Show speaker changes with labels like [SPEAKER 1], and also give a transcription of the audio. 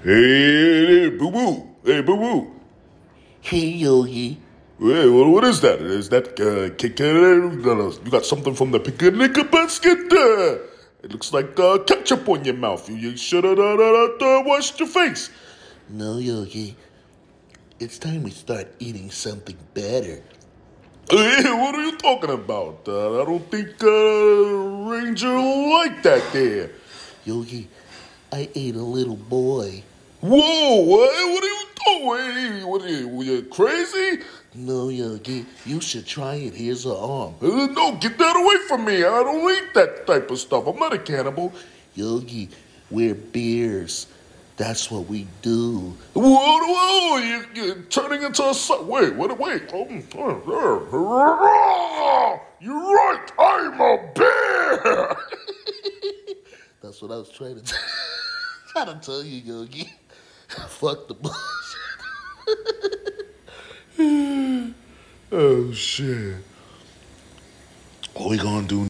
[SPEAKER 1] Hey, boo boo. Hey, boo boo.
[SPEAKER 2] Hey, Yogi.
[SPEAKER 1] Hey, well, what is that? Is that uh, kick- no, no, you got something from the picnic basket there? It looks like uh, ketchup on your mouth. You, you should have uh, washed your face.
[SPEAKER 2] No, Yogi. It's time we start eating something better.
[SPEAKER 1] Hey, what are you talking about? Uh, I don't think uh, Ranger liked that there.
[SPEAKER 2] Yogi, I ate a little boy.
[SPEAKER 1] Whoa, what, what are you doing? What are you, what you crazy?
[SPEAKER 2] No, Yogi, you should try it. Here's an arm.
[SPEAKER 1] Uh, no, get that away from me. I don't eat that type of stuff. I'm not a cannibal.
[SPEAKER 2] Yogi, we're bears. That's what we do.
[SPEAKER 1] Whoa, whoa, you, you're turning into a su- Wait, wait, wait. Um, uh, uh, You're right, I'm a bear.
[SPEAKER 2] That's what I was trying to trying to tell you, Yogi. Fuck the bullshit.
[SPEAKER 1] oh, shit. What we gonna do